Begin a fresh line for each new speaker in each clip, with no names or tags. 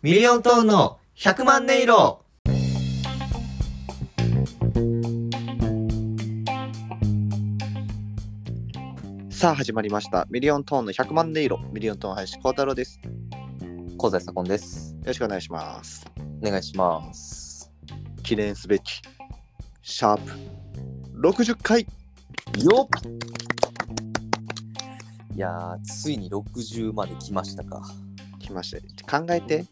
ミリオントーンの100万音色
さあ始まりました。ミリオントーンの100万音色、ミリオントーン林光太郎です。よ
香西左近です。
ろしくお願いします。
お願いします。
記念すべきシャープ60回
よっいやー、ついに60まで来ましたか。
来ました。考えて、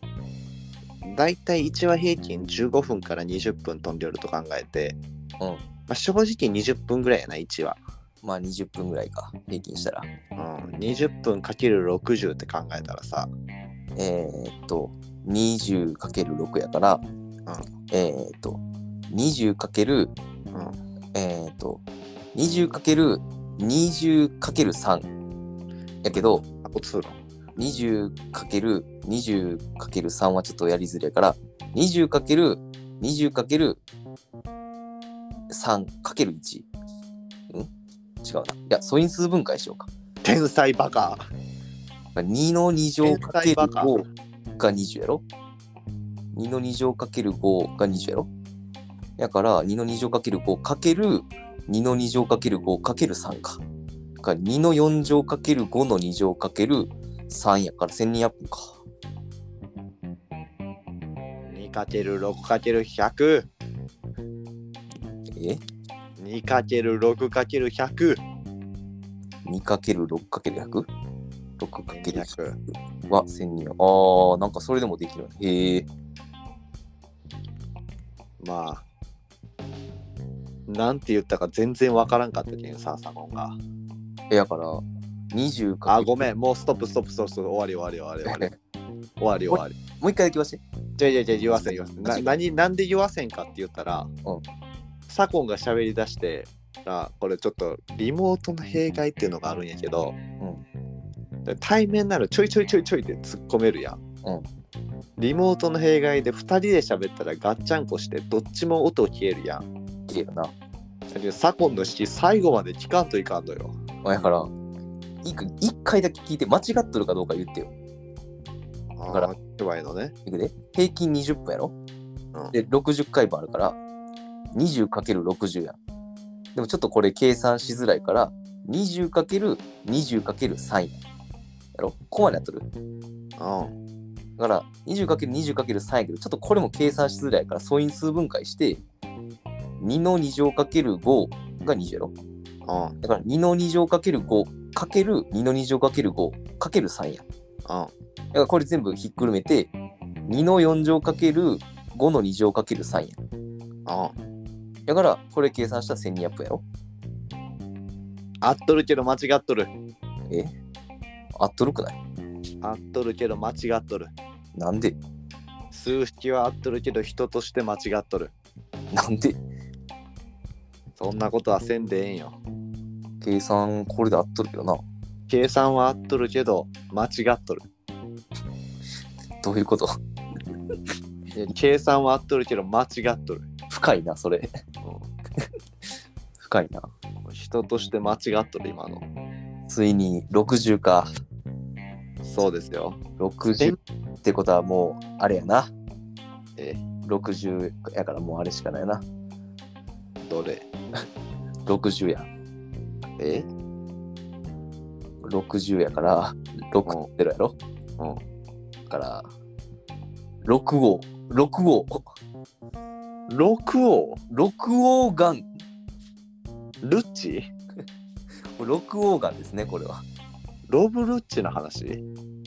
だいたい1話平均15分から20分飛んでおると考えて、
うん
まあ、正直20分ぐらいやな、1話。
まあ20分ぐらいか、平均したら。
うん、20分かける60って考えたらさ、
えー、っと、20×6 やから、えー、っと、
うん、
20× えー、っと、20×20×3 やけど、
あお通路。
20×20×3 はちょっとやりづらいから 20×20×3×1 ん違うないや素因数分解しようか
天才バカ。
2の2乗かける
天才バカ
5が20やろ2の2乗かける5が20やろだから2の2乗かける5かける2の2乗かける5かける3かだから2の4乗かける5の2乗かける3やから1200分か
2×6×100。
え
2×6×100。
2×6×100?6×100
200
は1200。ああ、なんかそれでもできるね。へえ。
まあ、なんて言ったか全然わからんかったけんさ、サモンが。
え、やから、20か。
あ、ごめん、もうストップストップストップストップ、終わり終わり終わり終わり終わり終わり。
もう一回だけ言わせて。
じゃじゃじゃ言わせん言わせん。な何なんで言わせんかって言ったら、
うん
サコンが喋り出して、あこれちょっとリモートの弊害っていうのがあるんやけど、で対面ならちょいちょいちょいちょいって突っ込めるやん。
うん
リモートの弊害で2人で喋ったらガッチャンコしてどっちも音消えるやん。
綺麗だな。
だけど左近の式最後まで聞かんといかんのよ。
まあ、やから、いく一回だけ聞いて間違っとるかどうか言ってよ。
だ
から
てばいいのね。
いくで。平均20分やろ、
うん
で、60回分あるから、20×60 やん。でもちょっとこれ計算しづらいから、20×20×3 やん。やろここまでやっとる
うん。
だから 20×20×3 やけどちょっとこれも計算しづらいから素因数分解して2の2乗かける5が20やろ
うん。うん。
だから2の2乗かける5かける2の2乗かける5かける3やだからこれ全部ひっくるめて2の4乗かける5の2乗かける3や
うん。
だからこれ計算したら1200分やろ
あっとるけど間違っとる。
えあっとるくない
あっとるけど間違っとる。
なんで
数式はあっとるけど人として間違っとる。
なんで
そんなことはせんでええんよ。
計算これであっとるけどな
計算はあっとるけど間違っとる。
どういうこと
いや計算はあっとるけど間違っとる。
深いなそれ深いな
人として間違っとる今の。
ついに60か
そうですよ。
60ってことはもうあれやな
え、
60やからもうあれしかないな
どれ
60や
え
60やから6ってるやろ
うん。
だから6号6号
6王
6号がん
ルッチ
6号がんですねこれは
ロブルッチの話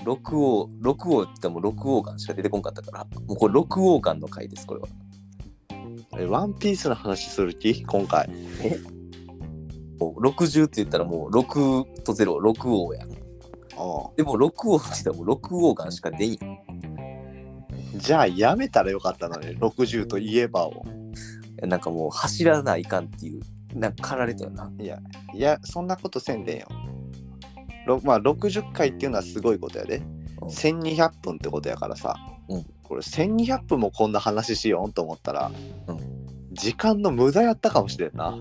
6号6号って言っても6号がんしか出てこんかったからもうこれ6号がんの回ですこれは
えワンピースの話する気今回。
もう60って言ったらもう6と06号やん
あ
でも6号って言ったらもう6号がんしか出んやん
じゃあやめたらよかったのね、60といえばを。
なんかもう走らないかんっていう、なんか駆られたよな。
いや、そんなことせんでんよ。ろまあ、60回っていうのはすごいことやで。
うん
1200分ってことやからさ。
うん
これ1200分もこんな話しようんと思ったら、
う
時間の無駄やったかもしれんな。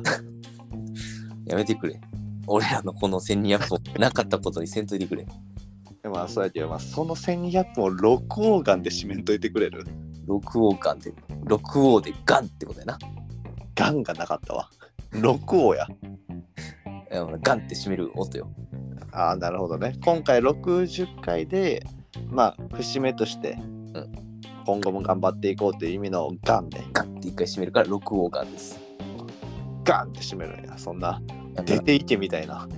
やめてくれ。俺らのこの1200本なかったことにせんといてくれ。
で まあそうやけど、まあ、その1200分を録音眼で締めんといてくれる
六王間で、六王でガンってことやな。
ガンがなかったわ。録音や。
あのガンって締める音よ。
ああ、なるほどね。今回60回で、まあ、節目として、
ん
今後も頑張っていこうという意味のガンで、
ガンって一回締めるから六王間です。
ガンって締めるんや。そんな、
だか
出
ら、
ていけみたいな。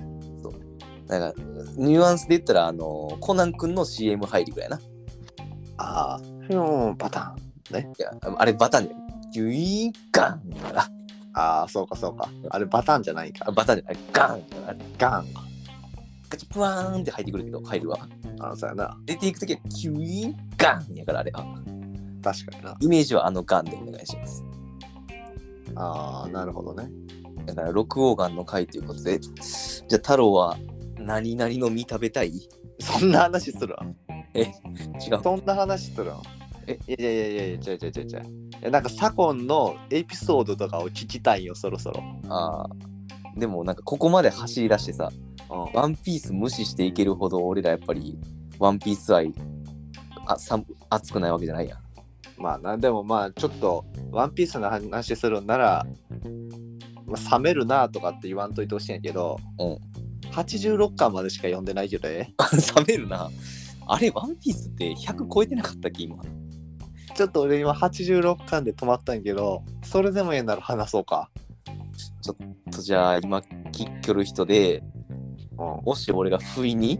だからニュアンスで言ったら、あの、コナン君の CM 入りぐらいな。
ああ、ふーん、パターン。
いや、あれバタンじゃない。ギュイーンガンだから
ああ、そうかそうか。あれ、バターンじゃない
あ
か。
バタンじゃない。ガンあれ
ガン。
ガチプワーンって入ってくるけど、入るわ。
あの、そうやな。
出ていくときはキュイーンガンやからあれは。
確かにな。
イメージはあのガンでお願いします。
ああ、なるほどね。
だから六王眼の回ということで、じゃあ太郎は何々の実食べたい
そんな話するわ。
違う。
そんな話するの
え
いやいやいやいや、ちゃちゃちゃちゃ。えなんか左近のエピソードとかを聞きたいよ、そろそろ。
あーでもなんかここまで走り出してさ、
うん
ワンピース無視していけるほど俺らやっぱりワンピース愛あさ熱くないわけじゃないやん。
まあな、でもまあちょっと、ワンピースの話するんなら、まあ、冷めるなとかって言わんといてほしいんやけど、
うん
86巻までしか読んでないけどえ
冷めるな。あれ、ワンピースって100超えてなかったっけ今。
ちょっと俺今86巻で止まったんやけど、それでもええなら話そうか。
とじゃあ今、きっきょる人で、
うん。うん。
もし俺が不意に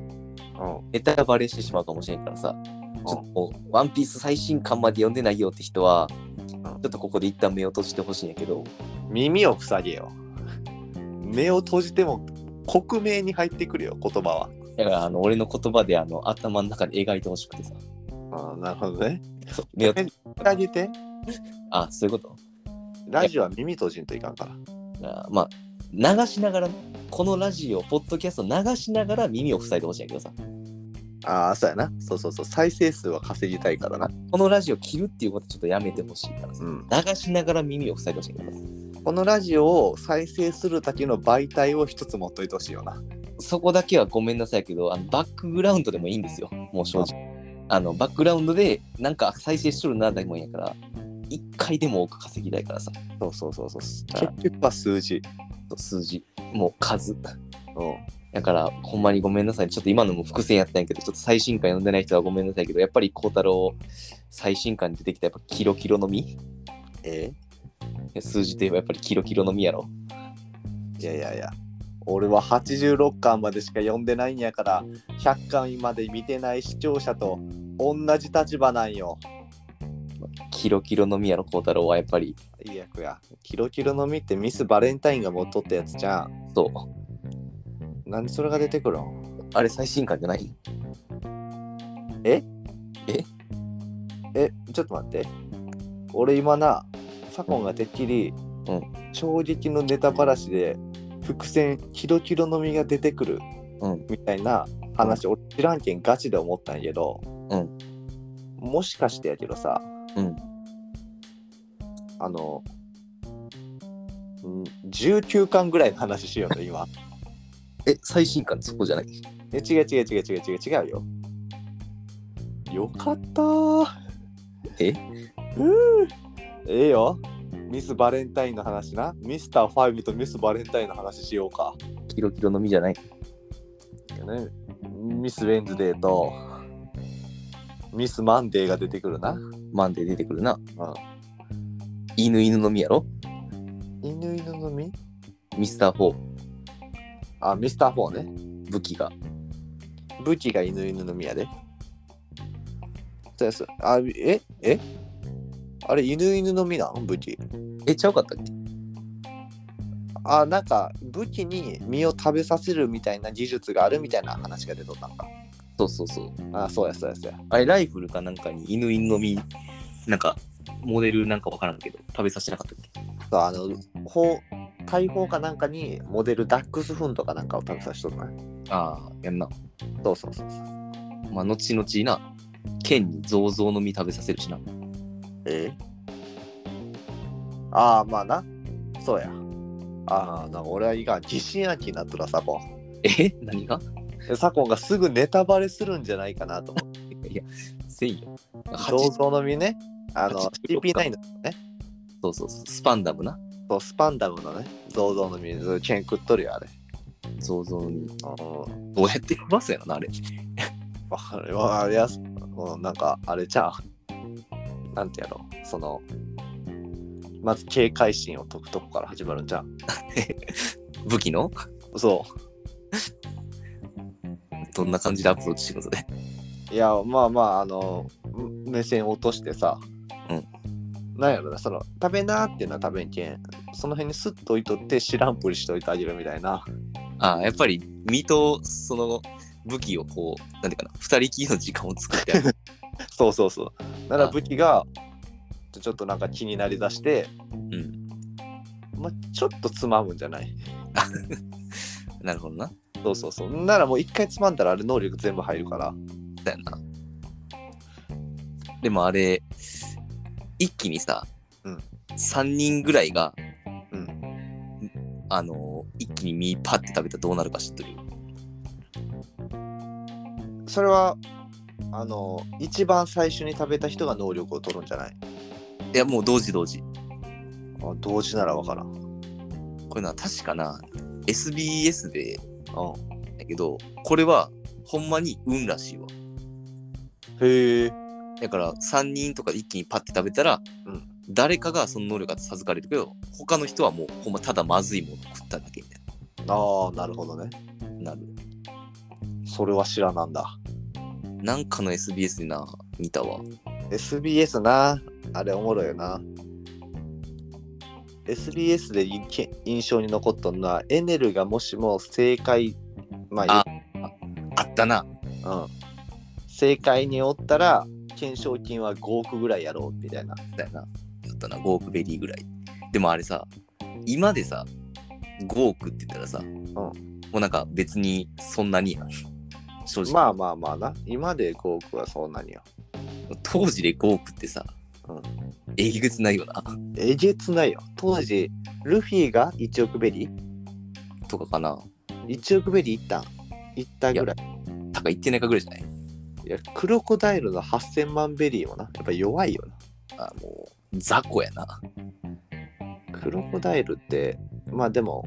ネタバレしてしまうかもしれんからさ、ちょっともうワンピース最新刊まで読んでないよって人は、ちょっとここで一旦目を閉じてほしいんやけど、
耳を塞げよ。目を閉じても、克明に入ってくるよ、言葉は。
だからあの俺の言葉であの頭の中で描いてほしくてさ、
ああ、なるほどね。
そう目を、
あげて。
あ、そういうこと
ラジオは耳閉じんといかんから。
あまあ流しながらねこのラジオポッドキャスト流しながら耳を塞いでほしいんやけどさ
ああ、そうやな。そうそうそう。再生数は稼ぎたいからな。
このラジオ切るっていうことちょっとやめてほしいからさ
うん。
流しながら耳を塞いでほしいんやけどさ
このラジオを再生するだけの媒体を一つ持っといてほしいよな。
そこだけはごめんなさいやけどあのバックグラウンドでもいいんですよもう正直あのバックグラウンドでなんか再生しとるなでもいいんやから一回でも多く稼ぎたいからさ
そうそうそうそう。結局は数字。
数字もう数
う
だからほんまにごめんなさいちょっと今のも伏線やったんやけどちょっと最新刊読んでない人はごめんなさいやけどやっぱり孝太郎最新刊に出てきたやっぱキロキロの実
え
数字といえばやっぱりキロキロの実やろ。
いやいやいや。俺は86巻までしか読んでないんやから、100巻まで見てない視聴者と同じ立場なんよ。
キロキロの実やろ、孝太郎はやっぱり。
いい役や。キロキロの実ってミスバレンタインが持っとったやつじゃん。
そう。
なんでそれが出てくるん
あれ最新刊じゃない
えちょっと待って俺今な左近がてっきり、
うん
衝撃のネタばらしで伏線キロキロの実が出てくる、
うん
みたいな話、俺知らんけんガチで思ったんやけど、
うん
もしかしてやけどさ、
うん
あのうん19巻ぐらいの話しようと今
え、最新刊そこじゃない
え違う違う違う違う違う違うよよかったー
え
ええよ。ミス・バレンタインの話な。ミスター・ファイブとミス・バレンタインの話しようか。
キロキロの実じゃない
ね、ミス・ウェンズデーとミス・マンデーが出てくるな。
マンデー出てくるな。犬犬の実やろ
犬犬の実
ミスター4、
あ、ミスター・フォーね。
武器が。
武器が犬犬の実やで。そうです。あ、ええあれ、犬犬の実なの武器。
え、ちゃうかったっけ
あ、なんか武器に実を食べさせるみたいな技術があるみたいな話が出とったんか。
そうそうそう。
あ、そうやそうやそうや。
あれ、ライフルかなんかに犬犬の実、なんか、モデルなんかわからんけど、食べさせてなかったっけ
そうあの砲大砲かなんかにモデルダックスフンとかなんかを食べさせとるね
ああ、やんな。
そうそうそうそう
まあ、後々な、剣にゾウゾウの実食べさせるしな。
えああまあなそうやああなんか俺は以外疑心暗鬼になっとらさこ
え何が
で左近がすぐネタバレするんじゃないかなと思って
せいよ。
銅
8
像の実ねあの
86
CP9 のね
そうそうそう、スパンダムな。
そうスパンダムのね銅像の実それチェーン食っとるよあれ
そうそう。
うん
どうやって飛ばすやろな、あれ。
わかるわあれやすうんなんかあれじゃあなんてやろうそのまず警戒心を解くとこから始まるんじゃん
武器の
そ
どんな感じでアプローチしていくのそれ。
ういやまあまああのん目線落としてさ、
うん、
なんやろなその食べなーっていうのは食べんけんその辺にスッと置いとって知らんぷりしておいてあげるみたいな
ああ、やっぱり、身と、その、武器をこう、なんていうかな、二人きりの時間を作って ある。
そうそうそうなら武器がちょちょっとなんか気になりだして
うん。
まあちょっとつまむんじゃない
なるほどな。
そうそうそうならもう一回つまんだらあれ能力全部入るから
だよな。でもあれ、一気にさ、
うん
3人ぐらいが、
う
あのー一気に身パッて食べたらどうなるか知ってる
それはあの一番最初に食べた人が能力を取るんじゃない
いや、もう同時同時。
あ同時ならわからんうん
これな、確かな、SBS で、だけど、これは、ほんまに運らしいわ。
へえ
だから、3人とかで一気にパッて食べたら、
うん
誰かがその能力が授かれるけど、他の人はもう、ほんまただまずいものを食っただけみたい
ああなるほどね
な、なる。
それは知らなんだ
なんかの SBS でな、見たわ。
SBS なあれおもろいよな SBS でいけ印象に残っとんのはエネルがもしも正解まあ
あったな。
うん、正解におったら懸賞金は5億ぐらいやろうみたいな
だよな。だったな、5億ベリーぐらい。でもあれさ、今でさ、5億って言ったらさ、もうなんか別にそんなにやん正直、
まあまあまあな今で5億はそんなによ
当時で5億ってさ、
うん
えぎぐつないよな、
えげつないよ当時ルフィが1億ベリー
とかかな。
1億ベリーいったんいったぐらい
たか言ってないかぐらいじゃない
いやクロコダイルの8000万ベリーもなやっぱ弱いよな
あもう、雑魚やな。
クロコダイルってまあでも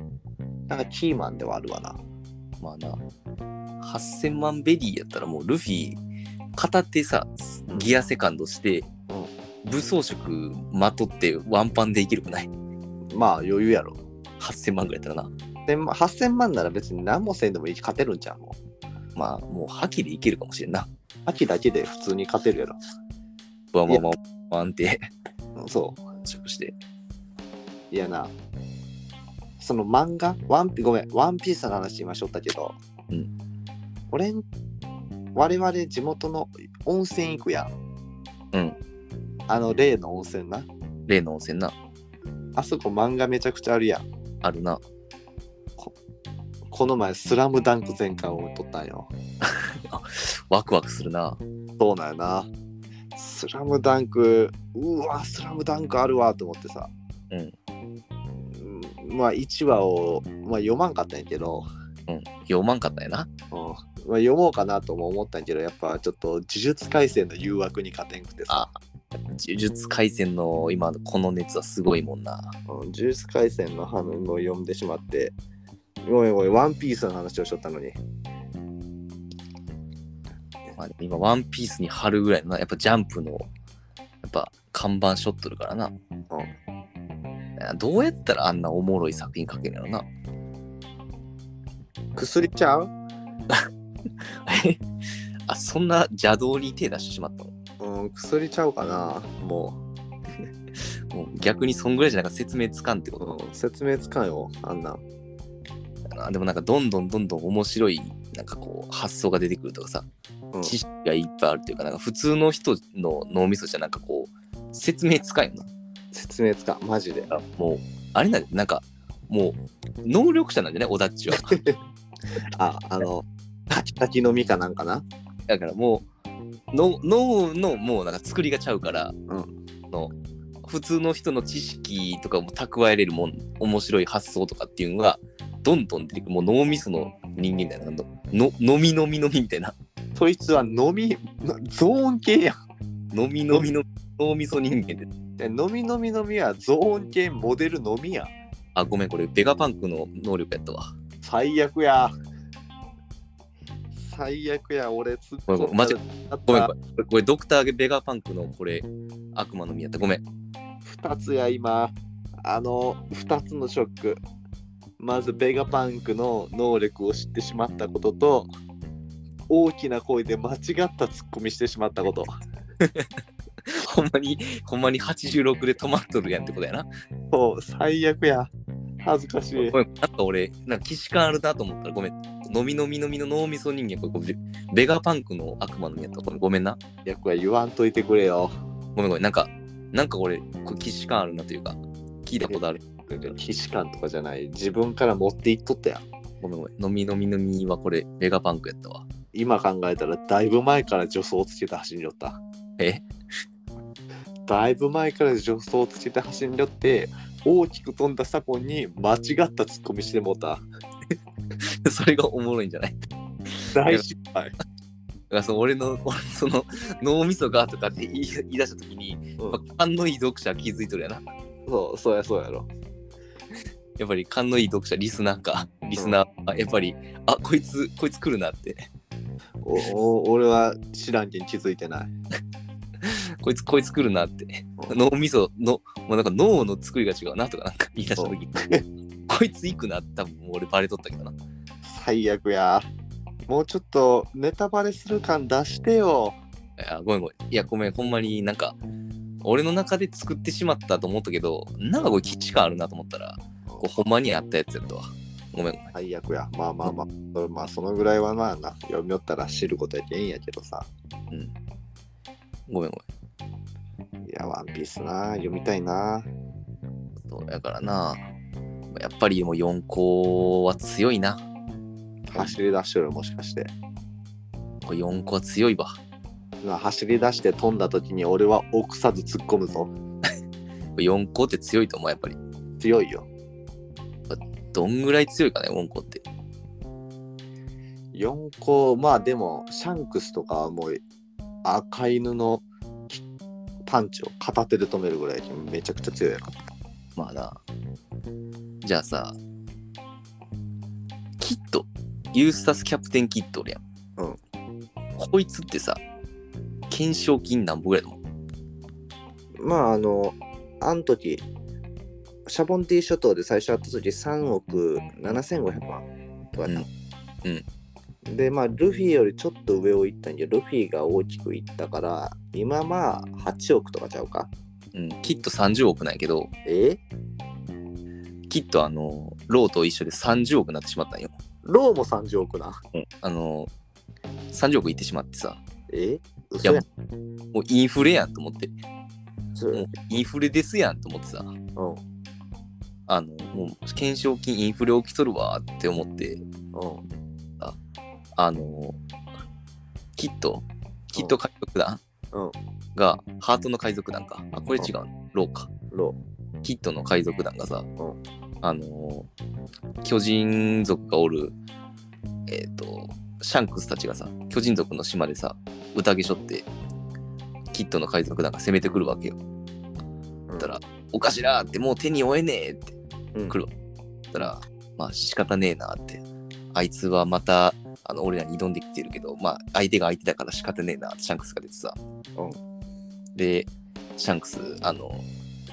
なんかキーマンではあるわな
まあな、8000万ベリーやったらもうルフィ、片手さ、ギアセカンドして、武装色まとってワンパンでいけるくない
まあ余裕やろ
?8000 万ぐらいやったらな。
でまあ8000万なら別に何もせんでもいいし勝てるんじゃんもう
まあ、もう覇気でいけるかもしれんな。
秋だけで普通に勝てるやろ
わわわわんって、
うんそう
食して。
いやな、その漫画、ワンピ、ごめん、ワンピースの話今しょったけど、
うん
俺ん、我々地元の温泉行くやん。
うん。
あの、例の温泉な。
例の温泉な、
あそこ漫画めちゃくちゃあるやん。
あるな。
この前、スラムダンク全巻を撮ったんよ。
ワクワクするな。
そうなんやな。スラムダンク、うわ、スラムダンクあるわと思ってさ。
うん
うん。まあ、1話を、まあ、読まんかったんやけど、
うん。読まんかったんやな。
うんまあ、読もうかなとも思ったんやけどやっぱちょっと呪術廻戦の誘惑に勝てんくてさ、
呪術廻戦の今のこの熱はすごいもんな。
うん、呪術廻戦の反応を読んでしまってごめんごめんワンピースの話をしとったのに
まあ、今、ワンピースに貼るぐらいのな、やっぱジャンプの、やっぱ看板しょっとるからな。うん。どうやったらあんなおもろい作品書けるんやろな。
薬ちゃう、
あ、そんな邪道に手出してしまったの
うん、薬ちゃうかなも
もう逆にそんぐらいじゃなんか説明つかんってこと
う、うん、説明つかんよあんなん
なでもなんかどんどんどんどん面白いなんかこう発想が出てくるとかさ、
うん
知識がいっぱいあるというかなんか普通の人の脳みそじゃなんかこう説明つかんよ
説明つかんマジで
なもうあれなんだなんかもう能力者なんじゃないオダッチは
ああの炊き炊き飲みかなんかな
だからもうの脳のもうなんか作りがちゃうから、の普通の人の知識とかも蓄えれるもん面白い発想とかっていうのがどんどん出てくるもう脳みその人間だよな。の、のみのみのみみたいな。
そいつは飲みゾーン系やん
のみのみの脳みそ人間
で
で。
飲み飲み飲みはゾーン系モデル飲みやん
あ、ごめん、これ、ベガパンクの能力やったわ。
最悪や最悪や俺つっ
ごめんごめん間違
あっ
ごめん、
た
これ、これドクターベガパンクの、これ、悪魔の実やった。ごめん。
2つや今あの2つのショックまずベガパンクの能力を知ってしまったことと大きな声で間違ったツッコミしてしまったこと
ほんまに、ほんまに86で止まっとるやんってことやな。
そう最悪や恥ずかしい
ごめん、なんか俺、なんか、岸感あるなと思ったら、ごめん。のみのみのみの脳みそ人間、これこれ、ベガパンクの悪魔の実やった。ごめん、ごめんな。
役は言わんといてくれよ
ごめん、ごめん。なんか、なんか俺、これ、岸感あるなというか、聞いたことある。
騎士官とかじゃない自分から持っていっとったやん
ごめんごめん。のみのみのみはこれ、ベガパンクやったわ。
今考えたらだいぶ前から助走をつけて走りよった
え
だいぶ前から助走をつけて走りよって大きく飛んだ左近に間違ったツッコミしてもうた
それがおもろいんじゃないだ
大失敗、
からその俺の、俺その、脳みそがとかって言い言い出したときに、
うん
まあ勘のいい読者は気づいとるやな。
そうそうやそうやろ
やっぱり勘のいい読者、リスナーか。リスナーは、やっぱり、あ、こいつ、こいつ来るなって。
おお俺は知らんけん気づいてない
こいつ、こいつ来るなって。脳みその、もうなんか脳の作りが違うなとかなんか言い出したとき、 こいつ行くなって多分もう俺バレとったけどな。
最悪やもうちょっとネタバレする感出してよ
いや、ごめんごめん。いや、ごめん、ほんまになんか、俺の中で作ってしまったと思ったけど、なんかこれ、基地感あるなと思ったら、こうほんまにあったやつやったわ。ごめんごめん。
最悪やまあまあまあそれまあそのぐらいはまあな読みよったら知ることやけんやけどさ
うん。ごめんご
いやワンピースな読みたいな
めん。そうやからな。やっぱりもう4校は強いな。
走り出しとるもしかして
4校は強いわ。
今走り出して飛んだ時に俺は臆さず突っ込むぞ
4校って強いと思う、やっぱり。
強いよ
どんぐらい強いかね、4校って。
4個まあでもシャンクスとかはもう赤犬のきパンチを片手で止めるぐらいめちゃくちゃ強いやろ
まあな。じゃあさ、キッド、ユースタスキャプテンキッドおるやん。
うん。
こいつってさ、懸賞金なんぼぐらいだもん。
まああのあん時シャボンティ諸島で最初会った時3億7500万とかやった
うん
でまあルフィよりちょっと上を行ったんやけどルフィが大きくいったから今まあ8億とかちゃうか
うん、キッド30億なんやけど、
え
キッドあの、ローと一緒で30億になってしまったんよ。
ローも30億な
あの、30億いってしまってさ、
え嘘
や
やん
もうインフレやんと思って、
それ
もうインフレですやんと思ってさ、
うん
あの、もう懸賞金インフレ起きとるわーって思って、
うん
あの、キット、キット海賊団、
うん
が、ハートの海賊団か。あ、これ違う、ローか。
ロ
キットの海賊団がさ、
ん
あの、巨人族がおる、えっ、と、シャンクスたちがさ、巨人族の島でさ、宴しょって、キットの海賊団が攻めてくるわけよ。
ー
だったら、おかしらーって、もう手に負えねえって
うん
来る。だったら、まあ仕方ねえなって。あいつはまた、あの、俺らに挑んできてるけど、まあ相手が相手だから仕方ねえなってシャンクスが出てさ。
う
で、シャンクス、あの、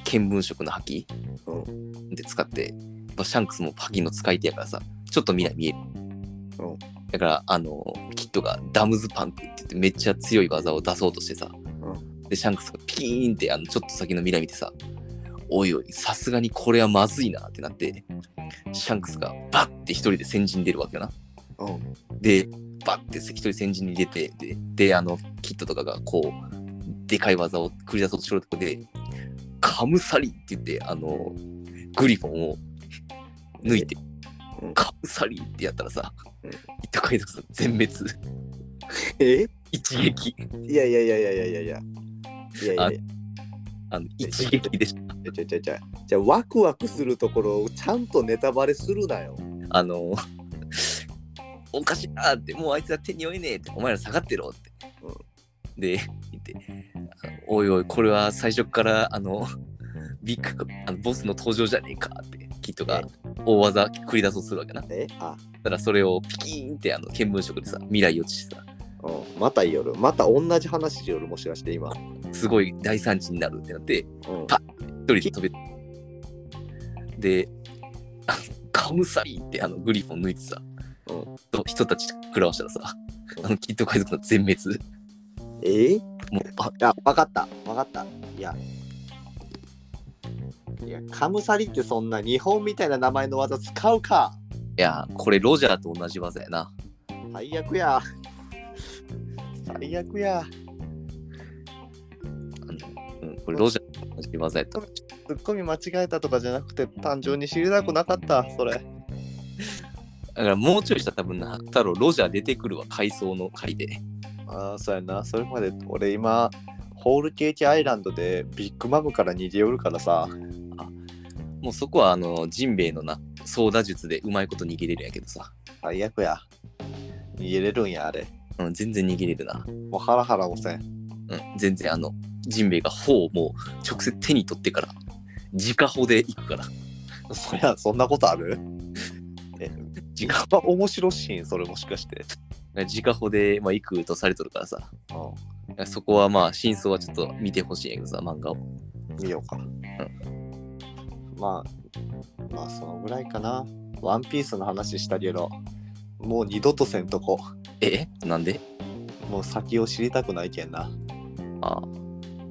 見聞色の覇気、
う
で使って、まあ、シャンクスも覇気の使い手やからさ、ちょっと未来見える。
うん
だから、あの、キットがダムズパンクって言ってめっちゃ強い技を出そうとしてさ、で、シャンクスがピキーンって、あの、ちょっと先の未来見てさ、おいおい、さすがにこれはまずいなってなって、シャンクスがバッて一人で先陣に出るわけよな。
うん
で、バッて一人先陣に出て、で、であの、キットとかがこう、でかい技を繰り出そうとしろるとこで、カムサリって言って、あの、グリフォンを抜いて
うん、
カムサリってやったらさ、
うん
キット海賊さん全滅、
え
一撃、
いやいやいやいやいやいやいやいやいや
あ
いや
あの、一撃でした。
ちゃちゃちゃじゃあワクワクするところをちゃんとネタバレするなよ
あの、おかしいなって、もうあいつは手に負えねえって、お前ら下がってろって。で、言って、あのおいおい、これは最初から、あの、ビッグあのボスの登場じゃねえかって、キットが大技繰り出そうとするわけな。
えあ
ただそれをピキーンって、あの、見聞色でさ、未来予知してさ、
うんまた夜また同じ話しよるもしかして今
すごい大惨事になるってなって、
うん
パ一人で飛べであのカムサインってあのグリフォン抜いてさ、
うん
と人たち食らわしたらさ
うん
あのキット海賊の全滅
えー、
もうあ
あ分かった分かったいやいやカムサリってそんな日本みたいな名前の技使うか
いやこれロジャーと同じ技やな
最悪や最悪や
あの、うん、これロジャーと同じ技やった
ツッコミ間違えたとかじゃなくて単純に知りたくなかったそれ
だからもうちょいしたら多分な太郎ロジャー出てくるわ回想の回で
ああそうやなそれまで俺今ホールケーキアイランドでビッグマムから逃げ寄るからさ
もうそこはあのジンベエのな操舵術でうまいこと逃げれるんやけどさ、
最悪や逃げれるんやあれ
うん、全然逃げれるな
もうハラハラもせん
うん、全然あの、ジンベエが頬をもう直接手に取ってから、直砲で行くから、
そりゃそんなことある
直
やっぱ面白いシーンそれもしかして
直砲で、まあ、行くとされとるからさ、そこはまあ、真相はちょっと見てほしいんやけどさ、漫画を。
見ようか、まあまあそのぐらいかなワンピースの話したけどもう二度とせんとこ
えなんで
もう先を知りたくないけんな
ああ。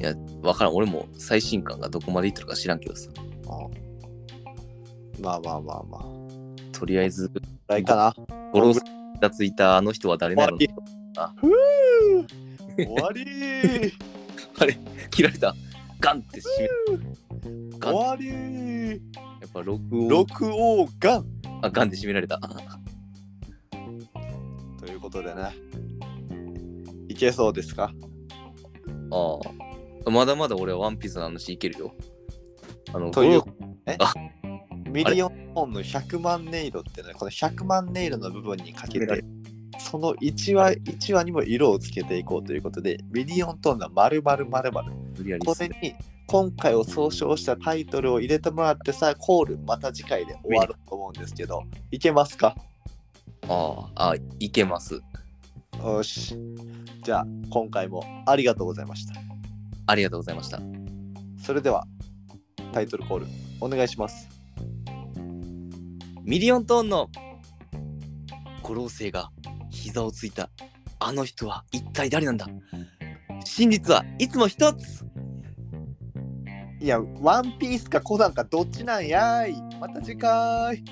いや、わからん。俺も最新刊がどこまでいってるか知らんけどさ、
まあまあまあまあ
とりあえず、
ぐらいかな
ゴロスがついたあの人は誰
終
な
わ
の
り
あ
ふう終わり
あれ切られた。ガンって締めガ
終
ンや
わり
っぱ6を、
六王が
あ、ガンで締められた。
ということでねいけそうですか
ああ。まだまだ俺はワンピースの話いけるよ。あの、
という
ゴロ
え
あ
ミリオンポンの100万音色ってねこの100万音色の部分にかけ
はい
てその1話1話にも色をつけていこうということでミリオントーンの〇〇〇〇
無理やり
これに今回を総称したタイトルを入れてもらってさコールまた次回で終わると思うんですけどいけますか
ああ、あいけます。
よしじゃあ今回もありがとうございました
ありがとうございました。
それではタイトルコールお願いします
ミリオントーンの五老星が膝をついたあの人は一体誰なんだ真実はいつも一つ
いやワンピースかコナンかどっちなんやーいまた次回